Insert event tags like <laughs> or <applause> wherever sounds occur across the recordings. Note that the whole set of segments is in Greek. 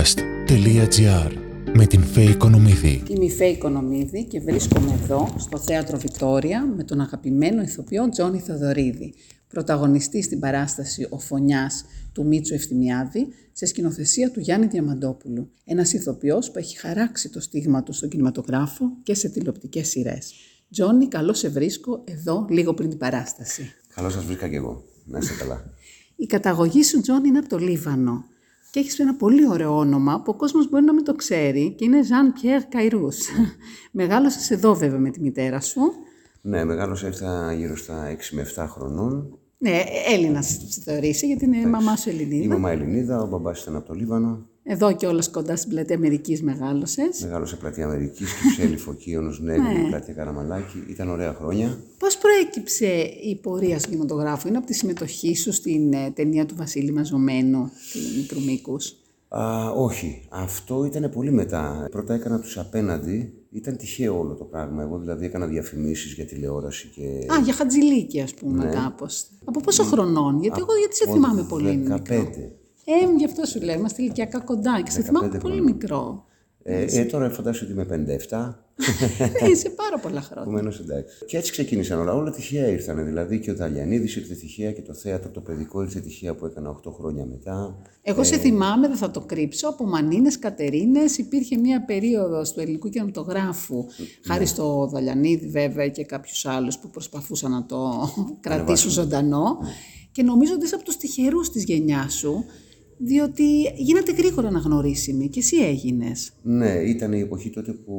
artisticpodcast.gr με την Φέη Κονομίδη. Είμαι η Φέη Κονομίδη και βρίσκομαι εδώ στο Θέατρο Βικτόρια με τον αγαπημένο ηθοποιό Τζόνι Θοδωρίδη, πρωταγωνιστή στην παράσταση «Ο Φωνιάς» του Μίτσου Ευθυμιάδη σε σκηνοθεσία του Γιάννη Διαμαντόπουλου, ένας ηθοποιός που έχει χαράξει το στίγμα του στον κινηματογράφο και σε τηλεοπτικές σειρές. Τζόνι, καλώς σε βρίσκω εδώ λίγο πριν την παράσταση. Καλώς σας βρήκα και εγώ. Να είστε καλά. Η καταγωγή σου, Τζόνι, είναι από το Λίβανο. Και έχεις ένα πολύ ωραίο όνομα που ο κόσμος μπορεί να μην το ξέρει και είναι Ζαν Πιέρ Καϊρού. <laughs> Μεγάλωσες εδώ, βέβαια, με τη μητέρα σου. ναι, μεγάλωσα ήρθα γύρω στα 6 με 7 χρονών. Ναι, Έλληνας θεωρήσει, γιατί είναι η μαμά σου Η Ελληνίδα. μαμά Ελληνίδα, ο μπαμπάς ήταν από το Λίβανο. Εδώ και όλα κοντά στην πλατεία Αμερικής μεγάλωσες. Μεγάλωσα πλατεία Αμερικής, Κυψέλη, Φωκίωνο, Ναι. Νέγρη, πλατεία Καραμαλάκη. Ήταν ωραία χρόνια. Πώς προέκυψε η πορεία στον κινηματογράφο, Είναι από τη συμμετοχή σου στην ε, ταινία του Βασίλη Μαζωμένου, του Μικρού Μήκους. Α, όχι, αυτό ήταν πολύ μετά. Πρώτα έκανα τους απέναντι. Ήταν τυχαίο όλο το πράγμα. Εγώ δηλαδή έκανα διαφημίσεις για τηλεόραση και. Α, για χατζηλίκη, ας πούμε, κάπως. κάπως. Από πόσο χρονών, γιατί εγώ γιατί σε ναι. από θυμάμαι πολύ. μικρό. 15. Ε, γι' αυτό σου λέω, είμαστε ηλικιακά κοντά και σε θυμάμαι 15 πολύ μικρό. Ε, ε, τώρα φαντάζομαι ότι είμαι 57. ναι, είσαι πάρα πολλά χρόνια. Επομένως, εντάξει. Και έτσι ξεκίνησαν όλα. Όλα τυχαία ήρθαν. Δηλαδή και ο Δαλιανίδη ήρθε τυχαία και το θέατρο το παιδικό ήρθε τυχαία που έκανα 8 χρόνια μετά. Εγώ σε θυμάμαι, δεν θα το κρύψω, από Μανίνες, Κατερίνες υπήρχε μία περίοδος του ελληνικού κινηματογράφου. Χάρη στο Δαλιανίδη βέβαια και κάποιους άλλους που προσπαθούσαν να το κρατήσουν ζωντανό. Και νομίζω ότι είσαι από τους τυχερούς της γενιάς σου, διότι γίνατε γρήγορα αναγνωρίσιμοι και εσύ έγινες. Ναι, ήταν η εποχή τότε που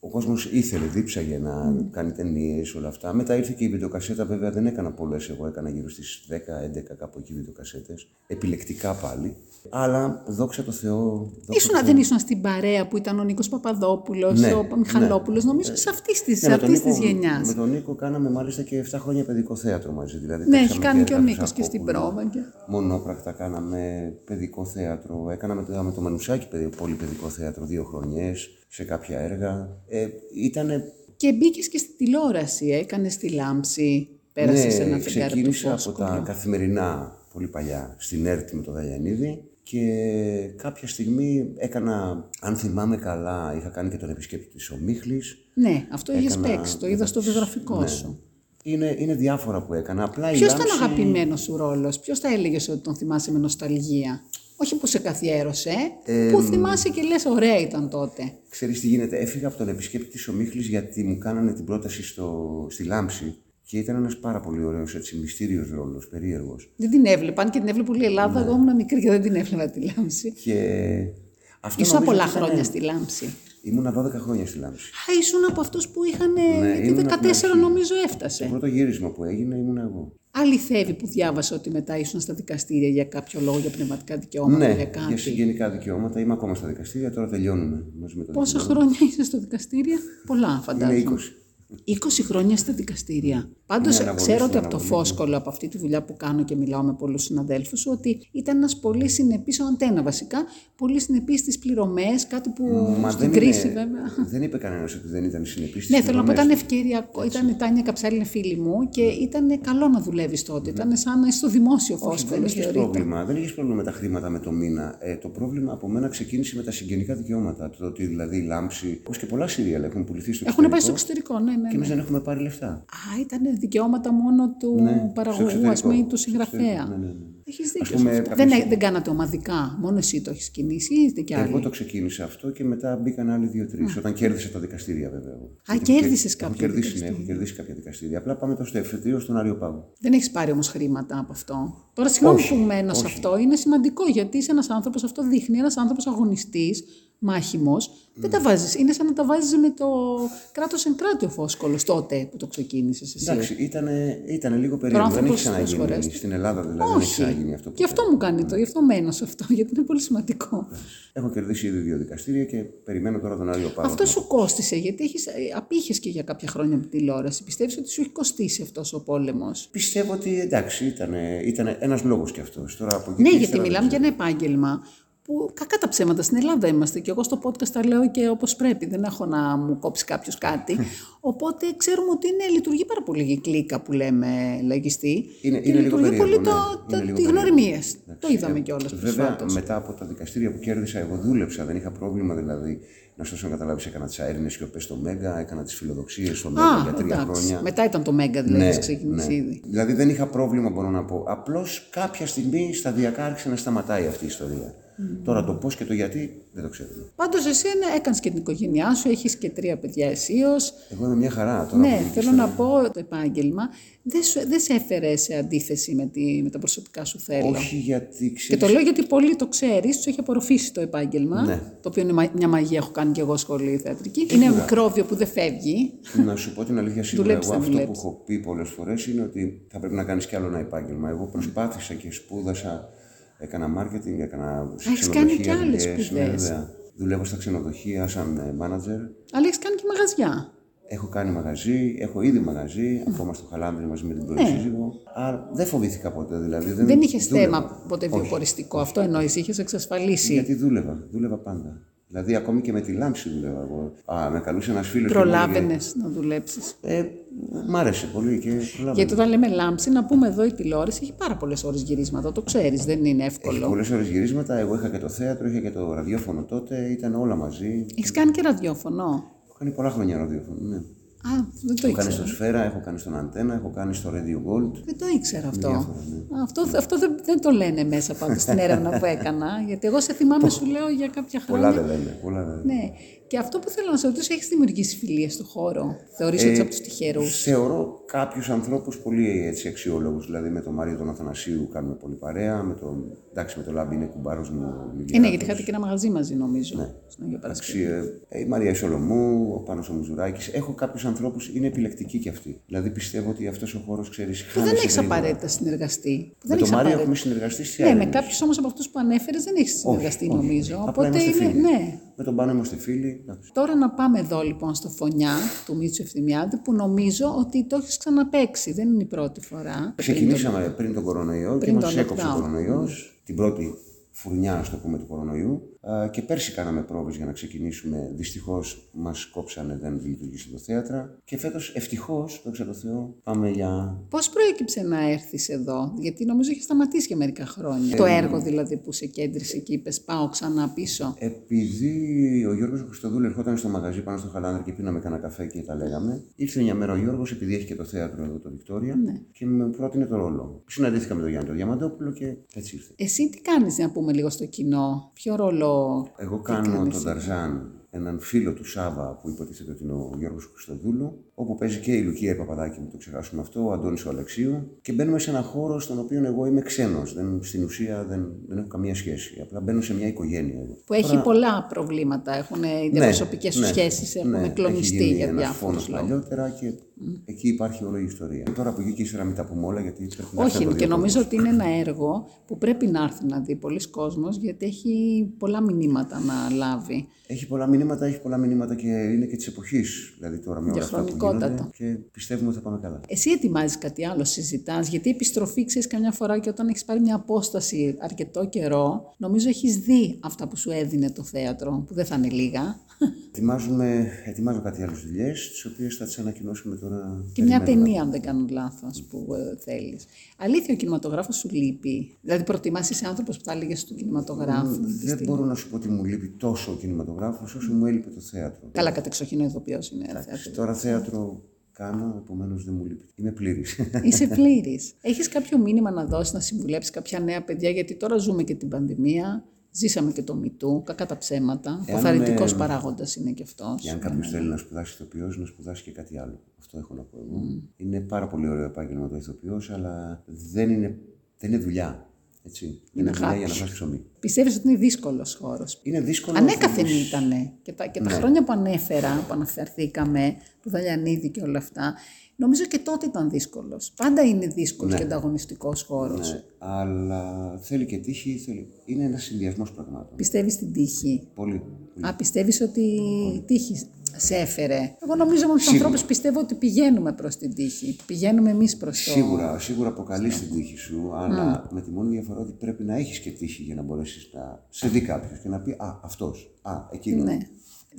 ο κόσμος ήθελε, δίψαγε να κάνει ταινίες, όλα αυτά. Μετά ήρθε και η βιντεοκασέτα, βέβαια δεν έκανα πολλές. Εγώ έκανα γύρω στις 10-11 κάπου εκεί βιντεοκασέτες. Επιλεκτικά πάλι. Αλλά δόξα τω Θεώ. δόξα Ήσουν, δεν ήσουν στην παρέα που ήταν ο Νίκος Παπαδόπουλος, Ναι, ο ναι. Μιχαλόπουλος, νομίζω σε αυτής της Ναι, με τον Νίκο- γενιάς. Με τον Νίκο κάναμε μάλιστα και 7 χρόνια παιδικό θέατρο μαζί. Δηλαδή, Ναι, παίξαμε έχει κάνει και ο Γάτα Νίκος και στην Σακόπουλο. πρόβα. Και... Μονόπρακτα κάναμε παιδικό θέατρο. Έκαναμε μετά με το Μανουσάκι παιδι- πολύ παιδικό θέατρο, δύο χρονιές σε κάποια έργα. Ε, ήτανε, Και μπήκες και στη τηλεόραση, έκανες τη λάμψη, πέρασες ναι, ένα φεγγάρι από το ξεκίνησα από φόσκο. τα καθημερινά πολύ παλιά στην ΕΡΤ με τον Δαλιανίδη και κάποια στιγμή έκανα, αν θυμάμαι καλά, είχα κάνει και τον επισκέπτη της Ομίχλης. Ναι, αυτό είχες Έκανα- Ναι. παίξει, το είδα στο βιογραφικό σου. Είναι, είναι διάφορα που έκανα. Απλά η Ποιος ήταν ο λάμψη- αγαπημένος σου ρόλος, ποιος θα έλεγες ότι τον θυμάσαι με νοσταλγία. Όχι που σε καθιέρωσε, που θυμάσαι και λες ωραία ήταν τότε. Ξέρεις τι γίνεται, έφυγα από τον επισκέπτη της Ομίχλης γιατί μου κάνανε την πρόταση στο, στη Λάμψη και ήταν ένας πάρα πολύ ωραίος έτσι μυστήριος ρόλος, περίεργος. Δεν την έβλεπα, αν και την έβλεπε όλη η Ναι. Ελλάδα, εγώ ήμουν μικρή και δεν την έβλεπα τη λάμψη. Και αυτό Ήσουν νομίζω πολλά ότι ήταν- χρόνια στη λάμψη. Ήμουνα 12 χρόνια στη Λάμψη. ναι. Α, ήσουν από αυτούς που είχαν. γιατί Ναι, ήμουν από την 14 αρχή. νομίζω Το έφτασε. πρώτο γύρισμα που έγινε ήμουνα εγώ. Αληθεύει που διάβασα ότι μετά ήσουν στα δικαστήρια για κάποιο λόγο, για πνευματικά δικαιώματα, για ναι, για κάτι. συγγενικά δικαιώματα. Είμαι ακόμα στα δικαστήρια, τώρα τελειώνουμε μαζί με τον Πόσα χρόνια είσαι στα δικαστήρια, Πολλά, Είναι φαντάζομαι. 20. 20 χρόνια στα δικαστήρια. Πάντως αναβολή ξέρω στην ότι από το αναβολή, ναι. φόσκολο, από αυτή τη δουλειά που κάνω και μιλάω με πολλούς συναδέλφους, ότι ήταν ένας πολύ συνεπής, ο Αντένα βασικά, πολύ συνεπής στις πληρωμές, κάτι που στην είναι- κρίση βέβαια. Δεν είπε κανένας ότι δεν ήταν συνεπής. Ναι, θέλω να πω, ήταν ευκαιριακό. Ήταν η Τάνια Καψάλη, είναι φίλη μου Ναι. και ήταν καλό να δουλεύεις τότε. Ήταν σαν να είσαι στο δημόσιο Δεν φόσκολο, είχες θεωρείται. πρόβλημα. Δεν είχες πρόβλημα με τα χρήματα με το μήνα. Ε, το πρόβλημα από μένα ξεκίνησε με τα συγγενικά δικαιώματα. Το ότι δηλαδή η λάμψη, όπως και πολλά σύριαλ έχουν πουληθεί στο Έχουν εξωτερικό. πάει στο εξωτερικό, ναι, ναι. Και ναι. εμεί δεν έχουμε πάρει λεφτά. Α, ήταν δικαιώματα μόνο του παραγωγού, Ναι, α εξωτερικό. πούμε, ή του Στο συγγραφέα. εξωτερικό, ναι, ναι, ναι. Έχεις Ας δίκιο. σε πούμε, αυτό. κάποια δεν, στιγμή- δεν κάνατε ομαδικά. Μόνο εσύ το έχεις κινήσει ή είστε κι άλλοι. Εγώ το ξεκίνησα αυτό και μετά μπήκαν άλλοι δύο-τρει. Όταν κέρδισα τα δικαστήρια, βέβαια. εγώ. Α, Έχω κέρδισες κερ- έχω κάποια κερδίσει, δικαστήρια. Ναι, έχω κερδίσει κάποια δικαστήρια. Απλά πάμε τώρα στο εφετείο στον Άριο Πάγο. Δεν έχεις πάρει όμως χρήματα από αυτό. Τώρα, συγγνώμη που μένω σε αυτό. Είναι σημαντικό γιατί είσαι ένας άνθρωπος, αυτό δείχνει, ένας άνθρωπος αγωνιστής, μάχημος. Δεν Ναι. τα βάζεις. Είναι σαν να τα βάζεις με το κράτος εν κράτη ο φόσκολος τότε που το ξεκίνησες εσύ. Εντάξει, ήτανε, ήτανε λίγο περίεργο. Δεν έχει άνθρωπος ξαναγίνει. προσφορές του. Στην Ελλάδα δηλαδή δεν έχει ξαναγίνει αυτό. Γι' ποτέ. Ε, αυτό μου κάνει το, γι' αυτό μένω σε αυτό, <laughs> γιατί είναι πολύ σημαντικό. Έχω κερδίσει ήδη δύο δικαστήρια και περιμένω τώρα τον Άριο Πάγο. Αυτό σου κόστησε, γιατί έχεις, ε, απήχες και για κάποια χρόνια από την τηλεόραση. Πιστεύεις ότι σου έχει κοστίσει αυτός ο πόλεμος. Πιστεύω ότι εντάξει, ήταν, ήταν ένας λόγος κι αυτός. Τώρα από εκεί Ναι, και γιατί ύστερα δεν μιλάμε για ένα επάγγελμα που κακά τα ψέματα στην Ελλάδα είμαστε και εγώ στο podcast τα λέω και όπως πρέπει, δεν έχω να μου κόψει κάποιος <laughs> κάτι. Οπότε ξέρουμε ότι είναι, λειτουργεί πάρα πολύ η κλίκα που λέμε λαγιστή Είναι- και είναι λίγο λειτουργεί πολύ περίεργο, ναι. το, το, Είναι λίγο τη περίεργο. γνωριμίες. Το Εντάξει, είδαμε ε, κιόλας Βέβαια, προσφάτως. μετά από τα δικαστήρια που κέρδισα, εγώ δούλεψα, δεν είχα πρόβλημα δηλαδή. Να σα να καταλάβεις, έκανα τις αέρινες σιωπές στο Μέγκα, έκανα τις φιλοδοξίες στο Μέγκα για Α, τρία εντάξει. χρόνια. Μετά ήταν το Μέγκα δηλαδή, ναι, ξεκινήσει ναι. ήδη. Δηλαδή δεν είχα πρόβλημα, μπορώ να πω. Απλώς κάποια στιγμή σταδιακά άρχισε να σταματάει αυτή η ιστορία. Τώρα το πώς και το γιατί δεν το ξέρουμε. Πάντως εσύ έκανες και την οικογένειά σου, έχεις και τρία παιδιά αισίως. Εγώ είμαι μια χαρά τώρα. Ναι, που βγήκες θέλω στα- να πω το επάγγελμα δεν, σου, δεν σε έφερε σε αντίθεση με, τη, με τα προσωπικά σου θέλω. Όχι γιατί Και ξέρει. το λέω γιατί πολλοί το ξέρεις, τους έχει απορροφήσει το επάγγελμα. Ναι. Το οποίο είναι μα- μια μαγεία, έχω κάνει και εγώ σχολή θεατρική. Είναι μικρόβιο που δεν φεύγει. Να σου πω την αλήθεια, σίγουρα Δουλέψτε, εγώ αυτό που δουλέψτε. έχω πει πολλές φορές είναι ότι θα πρέπει να κάνεις κι άλλο ένα επάγγελμα. Εγώ προσπάθησα και σπούδασα. Έκανα μάρκετινγκ, έκανα σε έχεις κάνει ξενοδοχεία κι άλλες δουλειές, σπουδές. ναι, βέβαια. Δουλεύω στα ξενοδοχεία σαν ε, manager. Αλλά έχεις κάνει και μαγαζιά. Έχω κάνει μαγαζί, έχω ήδη μαγαζί, ακόμα στο χαλάνδρι μαζί με την πρώτη σύζυγο. Άρα δεν φοβήθηκα ποτέ δηλαδή. Δεν, Ναι. δεν είχες δούλευα. θέμα ποτέ βιοποριστικό. Αυτό εννοείς, είχες εξασφαλίσει. Γιατί δούλευα, δούλευα πάντα. Δηλαδή ακόμη και με τη λάμψη δούλευα εγώ. Α, με καλούσε ένας φίλος. Προλάβαινε να δουλέψεις. Ε, μ' άρεσε πολύ και προλάβαινα. Γιατί όταν λέμε λάμψη, να πούμε εδώ η τηλεόραση έχει πάρα πολλές ώρες γυρίσματα. Το ξέρεις, δεν είναι Έχει εύκολο. πολλές ώρες γυρίσματα. Εγώ είχα και το θέατρο, είχα και το ραδιόφωνο τότε, ήταν όλα μαζί. Έχεις κάνει και ραδιόφωνο. Έχω κάνει πολλά χρόνια ραδιόφωνο. Ναι. Έχω Α, δεν το κάνει ήξερα. Ναι. στο Σφαίρα, έχω κάνει στον Αντένα, έχω κάνει στο Radio Gold. Δεν το ήξερα αυτό. ναι. Αυτό, αυτό δεν, δεν το λένε μέσα πάντως στην έρευνα που έκανα, γιατί εγώ σε θυμάμαι, σου λέω, για κάποια Πολλά χρόνια. δεν λένε. Πολλά δεν λένε. Ναι. Και αυτό που θέλω να σε ρωτήσω, έχεις δημιουργήσει φιλίες στον χώρο. Ε, Θεωρείς ότι είσαι από τους τυχερούς. Θεωρώ κάποιους ανθρώπους πολύ έτσι, αξιόλογους. Δηλαδή με τον Μάριο τον Αθανασίου κάνουμε πολύ παρέα. Με τον, εντάξει, με τον Λάμπη είναι κουμπάρος μου. Ε, ναι, γιατί είχατε και ένα μαγαζί μαζί, νομίζω. Ναι. Στην Αγία Παρασκευή. Εντάξει, ε, η Μαρία Σολομού, ο Πάνος ο Μουζουράκης. Έχω κάποιους ανθρώπους, είναι επιλεκτικοί κι αυτοί. Δηλαδή πιστεύω ότι αυτός ο χώρος ξέρει. Που δεν έχει απαραίτητα συνεργαστεί. Που δεν Με τον έχεις Μάριο απαραίτητα. έχουμε συνεργαστεί σε Ναι, με άλλες. κάποιους όμως από αυτούς που ανέφερες δεν έχεις συνεργαστεί, όχι. νομίζω. Απλά Οπότε είμαστε είναι. φίλοι. Ναι. Με τον Πάνο είμαστε φίλοι. εντάξει. Τώρα να πάμε εδώ λοιπόν στο φωνιά του Μίτσου Ευθυμιάδη που νομίζω ότι το έχεις ξαναπέξει. Δεν είναι η πρώτη φορά. Ξεκινήσαμε πριν τον κορονοϊό πριν και μας τον έκοψε ο lockdown. κορονοϊός, την πρώτη φουρνιά, ας το πούμε, του κορονοϊού. Α, Και πέρσι κάναμε πρόβες για να ξεκινήσουμε. Δυστυχώς μας κόψανε, δεν λειτουργήσε το θέατρα. Και φέτος, ευτυχώς, δόξα τω Θεώ, πάμε για... Πώς προέκυψε να έρθεις εδώ, Γιατί νομίζω έχει σταματήσει για μερικά χρόνια. το έργο δηλαδή που σε κέντρισε και είπες Πάω ξανά πίσω. Επειδή ο Γιώργος Χριστοδούλου ερχόταν στο μαγαζί πάνω στο Χαλάνδρ και πίναμε κανένα καφέ και τα λέγαμε, ήρθε μια μέρα ο Γιώργος, επειδή έχει και το θέατρο εδώ το Βικτόρια, και με πρότεινε το ρόλο. Συναντήθηκα με τον Γιάννη τον Διαμαντόπουλο και έτσι ήρθε. Εσύ τι κάνεις, να πούμε λίγο στο κοινό, Ποιο ρόλο. Εγώ κάνω τον Ταρζάν, έναν φίλο του Σάβα που υποτίθεται ότι είναι ο Γιώργος Χριστοδούλου, όπου παίζει και η Λουκία η Παπαδάκη, μην το ξεχάσουμε αυτό, ο Αντώνης ο Αλεξίου. Και μπαίνουμε σε ένα χώρο στον οποίο εγώ είμαι ξένος, δεν, στην ουσία δεν, δεν έχω καμία σχέση. Απλά μπαίνω σε μια οικογένεια εγώ. Που έχει πολλά προβλήματα. Έχουν ε, οι διαπροσωπικέ σου σχέσεις, έχουν Ναι, έχει κλονιστεί γίνει για ένας διάφορους φόνος λόγους. παλιότερα και εκεί υπάρχει όλη η ιστορία. Τώρα από εκεί και ύστερα μην τα πούμε όλα γιατί πρέπει να Όχι, έρθουν και δύο νομίζω ότι είναι ένα έργο που πρέπει να έρθει να δει πολλοί κόσμος γιατί έχει πολλά μηνύματα να λάβει. Έχει πολλά μηνύματα, έχει πολλά μηνύματα και είναι και της εποχής. Δηλαδή τώρα με όλα αυτά που Διαχρονικότατα. γίνονται και πιστεύουμε ότι θα πάμε καλά. Εσύ ετοιμάζεις κάτι άλλο, συζητάς, γιατί η επιστροφή ξέρεις καμιά φορά και όταν έχεις πάρει μια απόσταση αρκετό καιρό, νομίζω έχεις δει αυτά που σου έδινε το θέατρο, που δεν θα είναι <laughs> λίγα. Ετοιμάζουμε, ετοιμάζω κάτι άλλες δουλειές, τις οποίες θα τις ανακοινώσουμε τώρα. Και μια ταινία, αν δεν κάνω λάθος, που ε, θέλεις. Αλήθεια, ο κινηματογράφος σου λείπει. Δηλαδή, προτιμάς είσαι άνθρωπος που θα έλεγε του κινηματογράφου. Δεν μπορώ να σου πω ότι μου λείπει τόσο ο κινηματογράφος όσο μου έλειπε το θέατρο. Καλά, κατεξοχήν ο ηθοποιό είναι. ρε, θέατρο. Τώρα θέατρο κάνω, επομένως δεν μου λείπει. Είμαι πλήρης. Είσαι πλήρης. Έχεις κάποιο μήνυμα να δώσεις, να συμβουλέψεις κάποια νέα παιδιά, γιατί τώρα ζούμε και την πανδημία. Ζήσαμε και το μητού, κακά τα ψέματα. Ο Εάν, θαρρυντικό ε, παράγοντας είναι και Ναι. αυτό. Και αν κάποιος θέλει να σπουδάσει ηθοποιός, να σπουδάσει και κάτι άλλο. Αυτό έχω να πω εγώ. Είναι πάρα πολύ ωραίο επάγγελμα το ηθοποιός, αλλά δεν είναι, δεν είναι δουλειά. Έτσι. Δεν είναι δουλειά αγάπη. για να φας ψωμί. Πιστεύεις ότι είναι δύσκολος χώρος. Είναι δύσκολος. Ανέκαθεν όμως- Ναι. ήταν και τα, και τα χρόνια που ανέφερα, που αναφερθήκαμε, του Δαλιανίδη και όλα αυτά, Νομίζω και τότε ήταν δύσκολος. Πάντα είναι δύσκολος και ανταγωνιστικός χώρος. Ναι, αλλά θέλει και τύχη, θέλει... είναι ένας συνδυασμός πραγμάτων. Πιστεύεις στην τύχη. Πολύ. πολύ. Α, πιστεύεις ότι η τύχη σε έφερε. Εγώ νομίζω με του ανθρώπους πιστεύω ότι πηγαίνουμε προς την τύχη. Πηγαίνουμε εμείς προς το. Σίγουρα, σίγουρα αποκαλείς την τύχη σου, αλλά με τη μόνη διαφορά ότι πρέπει να έχεις και τύχη για να μπορέσεις να σε δει κάποιος και να πει Α, αυτός. Α, εκείνος. Ναι.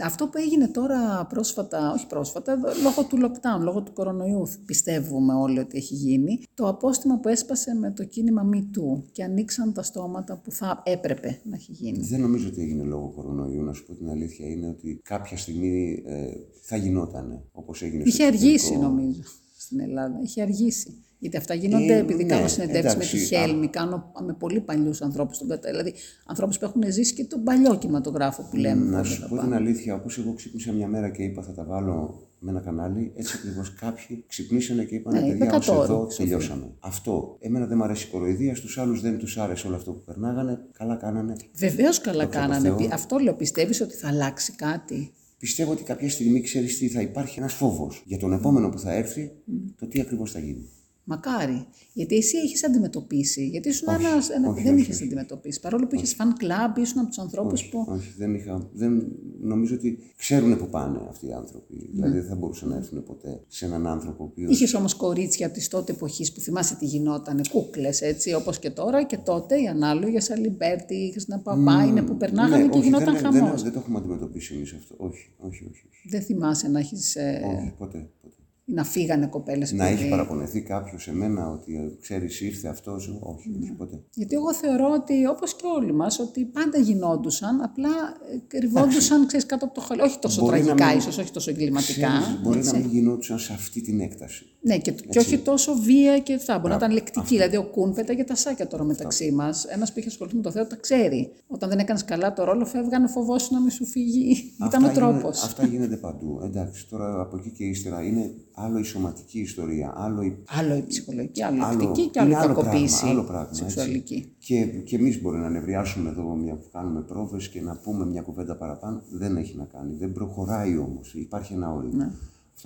Αυτό που έγινε τώρα πρόσφατα, όχι πρόσφατα, λόγω του lockdown, λόγω του κορονοϊού, πιστεύουμε όλοι ότι έχει γίνει, το απόστημα που έσπασε με το κίνημα Me Too και ανοίξαν τα στόματα που θα έπρεπε να έχει γίνει. Δεν νομίζω ότι έγινε λόγω κορονοϊού. Να σου πω την αλήθεια είναι ότι κάποια στιγμή ε, θα γινότανε όπως έγινε στο Είχε αργήσει εξωτερικό. νομίζω στην Ελλάδα. Είχε αργήσει. Γιατί αυτά γίνονται Ε, επειδή ναι, κάνω συνεντεύξεις με τη εντάξει, Χέλμη, κάνω με πολύ παλιούς ανθρώπους. Δηλαδή, ανθρώπους που έχουν ζήσει και τον παλιό κινηματογράφο που λέμε. Να πάντα σου τα πω πάντα. την αλήθεια, όπως εγώ ξύπνησα μια μέρα και είπα θα τα βάλω με ένα κανάλι, έτσι ακριβώς κάποιοι ξυπνήσανε και είπαν Ναι, παιδιά, ως 100 εδώ ώρες, τελειώσαμε. Αυτό. Εμένα δεν μου αρέσει η κοροϊδία, στους άλλους δεν τους άρεσε όλο αυτό που περνάγανε. Καλά κάνανε. Βεβαίως καλά Δόξα τω κάνανε. Θεώ. Πι- Αυτό λέω. Πιστεύεις ότι θα αλλάξει κάτι. Πιστεύω ότι κάποια στιγμή ξέρεις τι θα υπάρχει ένας φόβος για τον επόμενο που θα έρθει, το τι ακριβώς θα γίνει. Μακάρι. Γιατί εσύ έχεις αντιμετωπίσει. Γιατί ήσουν Όχι, ένας. όχι, δεν όχι, είχες όχι. αντιμετωπίσει. Παρόλο που είχες fan club, ήσουν από τους ανθρώπους που. Όχι, δεν είχα. Δεν, νομίζω ότι ξέρουν που πάνε αυτοί οι άνθρωποι. Δηλαδή δεν θα μπορούσαν να έρθουν ποτέ σε έναν άνθρωπο ο οποίος. Ναι. Είχες όμως κορίτσια της τότε εποχής που θυμάσαι τι γινότανε, κούκλες έτσι, όπως και τώρα και τότε οι ανάλογες, Αλιμπέρτη, η Χριστίνα Παπά, είναι που περνάγανε και γινόταν Ναι, δεν, χαμό. δεν, Δεν, δεν, το έχουμε αντιμετωπίσει εμείς αυτό. Όχι, όχι, όχι. όχι. θυμάσαι να, έχεις, ε, όχι ποτέ, ποτέ. να φύγανε κοπέλες. Να έχει παραπονεθεί κάποιος σε μένα ότι ξέρεις ήρθε αυτός. Όχι, Ναι. όχι, ποτέ. Γιατί εγώ θεωρώ ότι, όπως και όλοι μας, ότι πάντα γινόντουσαν, απλά ε, κρυβόντουσαν ξέρεις, κάτω από το χαλί. Όχι τόσο Μπορεί να τραγικά, μην- ίσως, όχι τόσο εγκληματικά. Ξέρεις, μπορεί έτσι. να μην γινόντουσαν σε αυτή την έκταση. Ναι, και, και όχι τόσο βία και αυτά. Μπορεί να Ναι. ήταν λεκτική. Δηλαδή, ο Κούν πέταγε τα σάκια τώρα μεταξύ μας. Ένας που είχε ασχοληθεί με το θέατρο τα ξέρει. Όταν δεν έκανες καλά το ρόλο, φεύγανε, φοβόσου να μην σου φύγει. Ήταν ο Αυτά γίνονται- τρόπος. Αυτά γίνονται παντού. Εντάξει, τώρα από εκεί και ύστερα είναι άλλο η σωματική ιστορία, άλλο η Άλλο η ψυχολογική, άλλο η Άλλο- λεκτική και είναι άλλο η άλλο κακοποίηση πράγμα, άλλο πράγμα, έτσι. σεξουαλική. Και, και εμείς μπορεί να ανεβριάσουμε εδώ μια που κάνουμε πρόβες και να πούμε μια κουβέντα παραπάνω. Δεν έχει να κάνει. Δεν προχωράει όμως. Υπάρχει ένα όριο. Ναι. Αυτό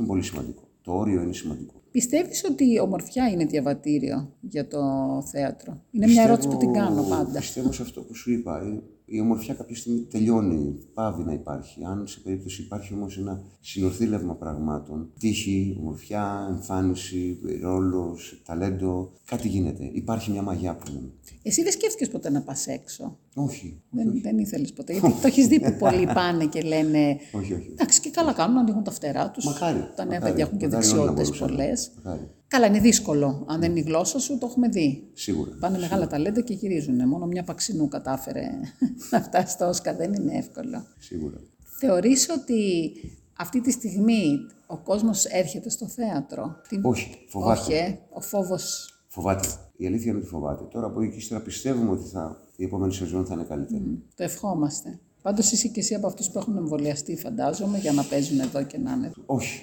είναι πολύ σημαντικό. Το όριο είναι σημαντικό. Πιστεύεις ότι η ομορφιά είναι διαβατήριο για το θέατρο. Είναι μια ερώτηση που την κάνω πάντα. Πιστεύω σε αυτό που σου είπα. Ε, Η ομορφιά κάποια στιγμή τελειώνει, πάβει να υπάρχει. Αν σε περίπτωση υπάρχει όμως ένα συνοθήλευμα πραγμάτων, τύχη, ομορφιά, εμφάνιση, ρόλος, ταλέντο, κάτι γίνεται. Υπάρχει μια μαγιά που λέμε. Εσύ δεν σκέφτηκες ποτέ να πας έξω. Όχι. Δεν, δεν ήθελες ποτέ. Γιατί το έχεις δει που <laughs> πολλοί πάνε και λένε. Όχι, όχι. Εντάξει, και καλά κάνουν, ανοίγουν τα φτερά τους. Μακάρι. Τα νέα μακάρι, παιδιά έχουν και μακάρι όλοι να δεξιότητες μπορούσαν. πολλές. Μακάρι. Καλά, είναι δύσκολο. Αν δεν είναι η γλώσσα σου, το έχουμε δει. Σίγουρα. Πάνε μεγάλα ταλέντα και γυρίζουν. Μόνο μια παξινού κατάφερε <laughs> να φτάσει στο Όσκα. Δεν είναι εύκολο. Σίγουρα. Θεωρείς ότι αυτή τη στιγμή ο κόσμος έρχεται στο θέατρο. Τι- Όχι, φοβάται. Όχι, ε. ο φόβος. Φοβάται. Η αλήθεια είναι ότι φοβάται. Τώρα από εκεί και ύστερα πιστεύουμε ότι θα, η επόμενη σεζόν θα είναι καλύτερη. Το ευχόμαστε. Πάντως είσαι και εσύ από αυτούς που έχουν εμβολιαστεί, φαντάζομαι, για να παίζουν εδώ και να είναι. <laughs> Όχι.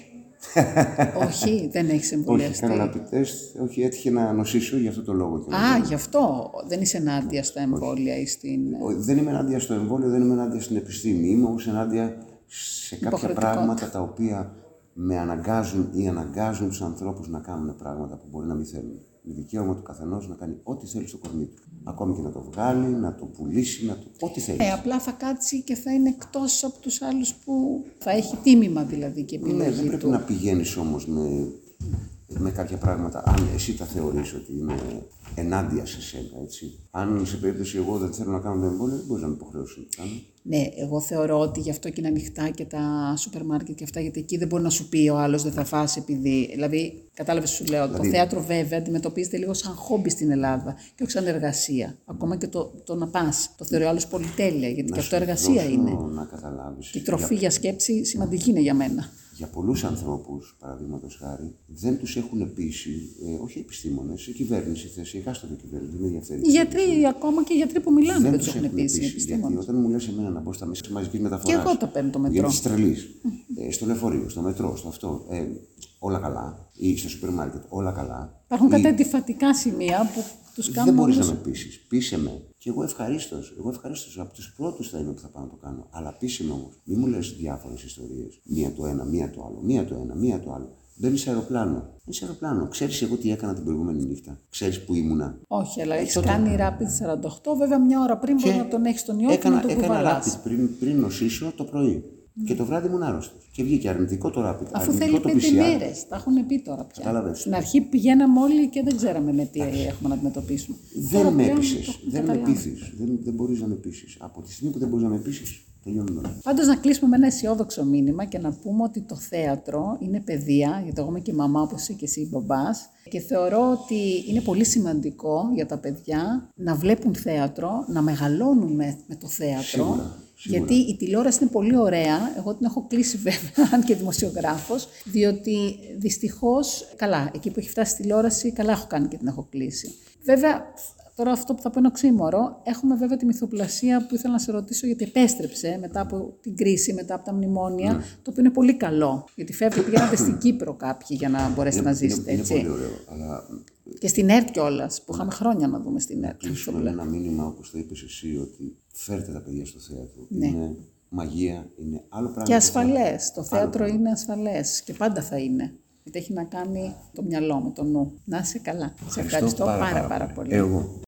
όχι, δεν έχεις Όχι, εμβολιαστεί. έκανα ένα επιτέστ. Όχι, έτυχε να νοσήσω για αυτό το λόγο. Και Α, γι' αυτό δεν είσαι ενάντια στα εμβόλια ή στην. Ο- Δεν είμαι ενάντια στο εμβόλιο, δεν είμαι ενάντια στην επιστήμη. Είμαι όμως ενάντια σε κάποια Υποχρεωτικότητα. πράγματα τα οποία με αναγκάζουν ή αναγκάζουν τους ανθρώπους να κάνουν πράγματα που μπορεί να μην θέλουν. Είναι δικαίωμα του καθενός να κάνει ό,τι θέλει στο κορμί του. Ακόμη και να το βγάλει, να το πουλήσει, να το. ό,τι θέλει. Ε, απλά θα κάτσει και θα είναι εκτός από τους άλλους που θα έχει τίμημα δηλαδή και Ναι, δεν επιλογή πρέπει του. να πηγαίνεις όμως με, με κάποια πράγματα, αν εσύ τα θεωρείς ότι είναι ενάντια σε σένα, έτσι. Αν σε περίπτωση εγώ δεν θέλω να κάνω το εμβόλιο, δεν μπορείς να με υποχρεώσεις να το κάνω. Ναι, εγώ θεωρώ ότι γι' αυτό και είναι ανοιχτά και τα σούπερ μάρκετ και αυτά, γιατί εκεί δεν μπορεί να σου πει ο άλλος δεν θα φας επειδή. Δηλαδή, κατάλαβες σου λέω, το θέατρο βέβαια αντιμετωπίζεται λίγο σαν χόμπι στην Ελλάδα και όχι σαν εργασία. Ακόμα και το, το να πας. Το θεωρεί ο άλλος πολυτέλεια, γιατί και αυτό εργασία Δώσω είναι. Να καταλάβεις. Η τροφή για σκέψη σημαντική είναι για μένα. Για πολλούς ανθρώπους, παραδείγματος χάρη, δεν τους έχουν πείσει, ε, όχι επιστήμονες, η κυβέρνηση, η θέση, εκάστοτε κυβέρνηση, δεν με ενδιαφέρει. Οι γιατροί, ακόμα και οι γιατροί που μιλάνε, δεν, δεν τους τους έχουν πείσει οι Γιατί επιστήμονες. όταν μου λες εμένα να μπω στα μέσα τη μαζική μεταφορά. Και εγώ τα παίρνω το μετρό. Για τι τρελής. Ε, στο λεωφορείο, στο μετρό, στο αυτό. Ε, όλα καλά. Ή στο σούπερ μάρκετ, όλα καλά. Υπάρχουν Ή- κάτι αντιφατικά σημεία που τους δεν κάνουν. μπορεί όλους- να με πείσει. Πείσε με. Και εγώ ευχαρίστως. Εγώ ευχαρίστως. Από τους πρώτους θα είμαι που θα πάω να το κάνω. Αλλά πείσε με όμως. Μην μου λες διάφορες ιστορίες. Μία το ένα, μία το άλλο. Μία το ένα, μία το άλλο. Μπαίνει σε αεροπλάνο. Μπαίνει σε αεροπλάνο. Ξέρεις εγώ τι έκανα την προηγούμενη νύχτα. Ξέρεις που ήμουνα. Όχι, αλλά έχεις κάνει rapid 48, βέβαια μια ώρα πριν μπορεί να τον έχεις τον ιό και έκανα, να τον έκανα κουβαλάς. rapid πριν, πριν νοσήσω το πρωί. Και το βράδυ ήμουν άρρωστος. Και βγήκε αρνητικό το rapid. Αφού αρνητικό θέλει το πέντε PCR. μέρες, τα έχουν πει τώρα πια. Κατάλαβες. Στην αρχή πηγαίναμε όλοι και δεν ξέραμε με τι έχουμε να αντιμετωπίσουμε. Τώρα Δεν με πλέον έπεισε. το έχουμε Δεν με καταλάβει. πείθει. Δεν, δεν μπορείς να με πείσει. Από τη στιγμή που δεν μπορείς να με πείσει, τελειώνουν όλα. Πάντως να κλείσουμε με ένα αισιόδοξο μήνυμα και να πούμε ότι το θέατρο είναι παιδεία, γιατί εγώ είμαι και μαμά όπως είσαι και εσύ μπαμπάς και θεωρώ ότι είναι πολύ σημαντικό για τα παιδιά να βλέπουν θέατρο, να μεγαλώνουν με, με το θέατρο. Σίγουρα, σίγουρα. Γιατί η τηλεόραση είναι πολύ ωραία. Εγώ την έχω κλείσει βέβαια, αν και δημοσιογράφος, διότι δυστυχώς, καλά, εκεί που έχει φτάσει η τηλεόραση, καλά έχω κάνει και την έχω κλείσει. Βέβαια, τώρα αυτό που θα πω είναι οξύμορο. Έχουμε βέβαια τη μυθοπλασία που ήθελα να σε ρωτήσω γιατί επέστρεψε μετά από την κρίση, μετά από τα Ναι. μνημόνια, το οποίο είναι πολύ καλό. Γιατί φεύγει, πηγαίνατε στην Κύπρο κάποιοι για να μπορέσετε να ζήσετε, είναι, έτσι. είναι πολύ ωραίο. Αλλά Και στην ΕΡΤ κιόλας, που είχαμε χρόνια να δούμε στην ΕΡΤ. κλείσουμε με ένα μήνυμα, όπως το είπες εσύ, ότι φέρτε τα παιδιά στο θέατρο. Ναι. Είναι μαγεία, είναι άλλο πράγμα. Και το θέατρο. ασφαλές. Το θέατρο είναι ασφαλές και πάντα θα είναι. Γιατί έχει να κάνει το μυαλό με το νου. Να είσαι καλά. Σε ευχαριστώ πάρα, πάρα, πολύ. Εγώ.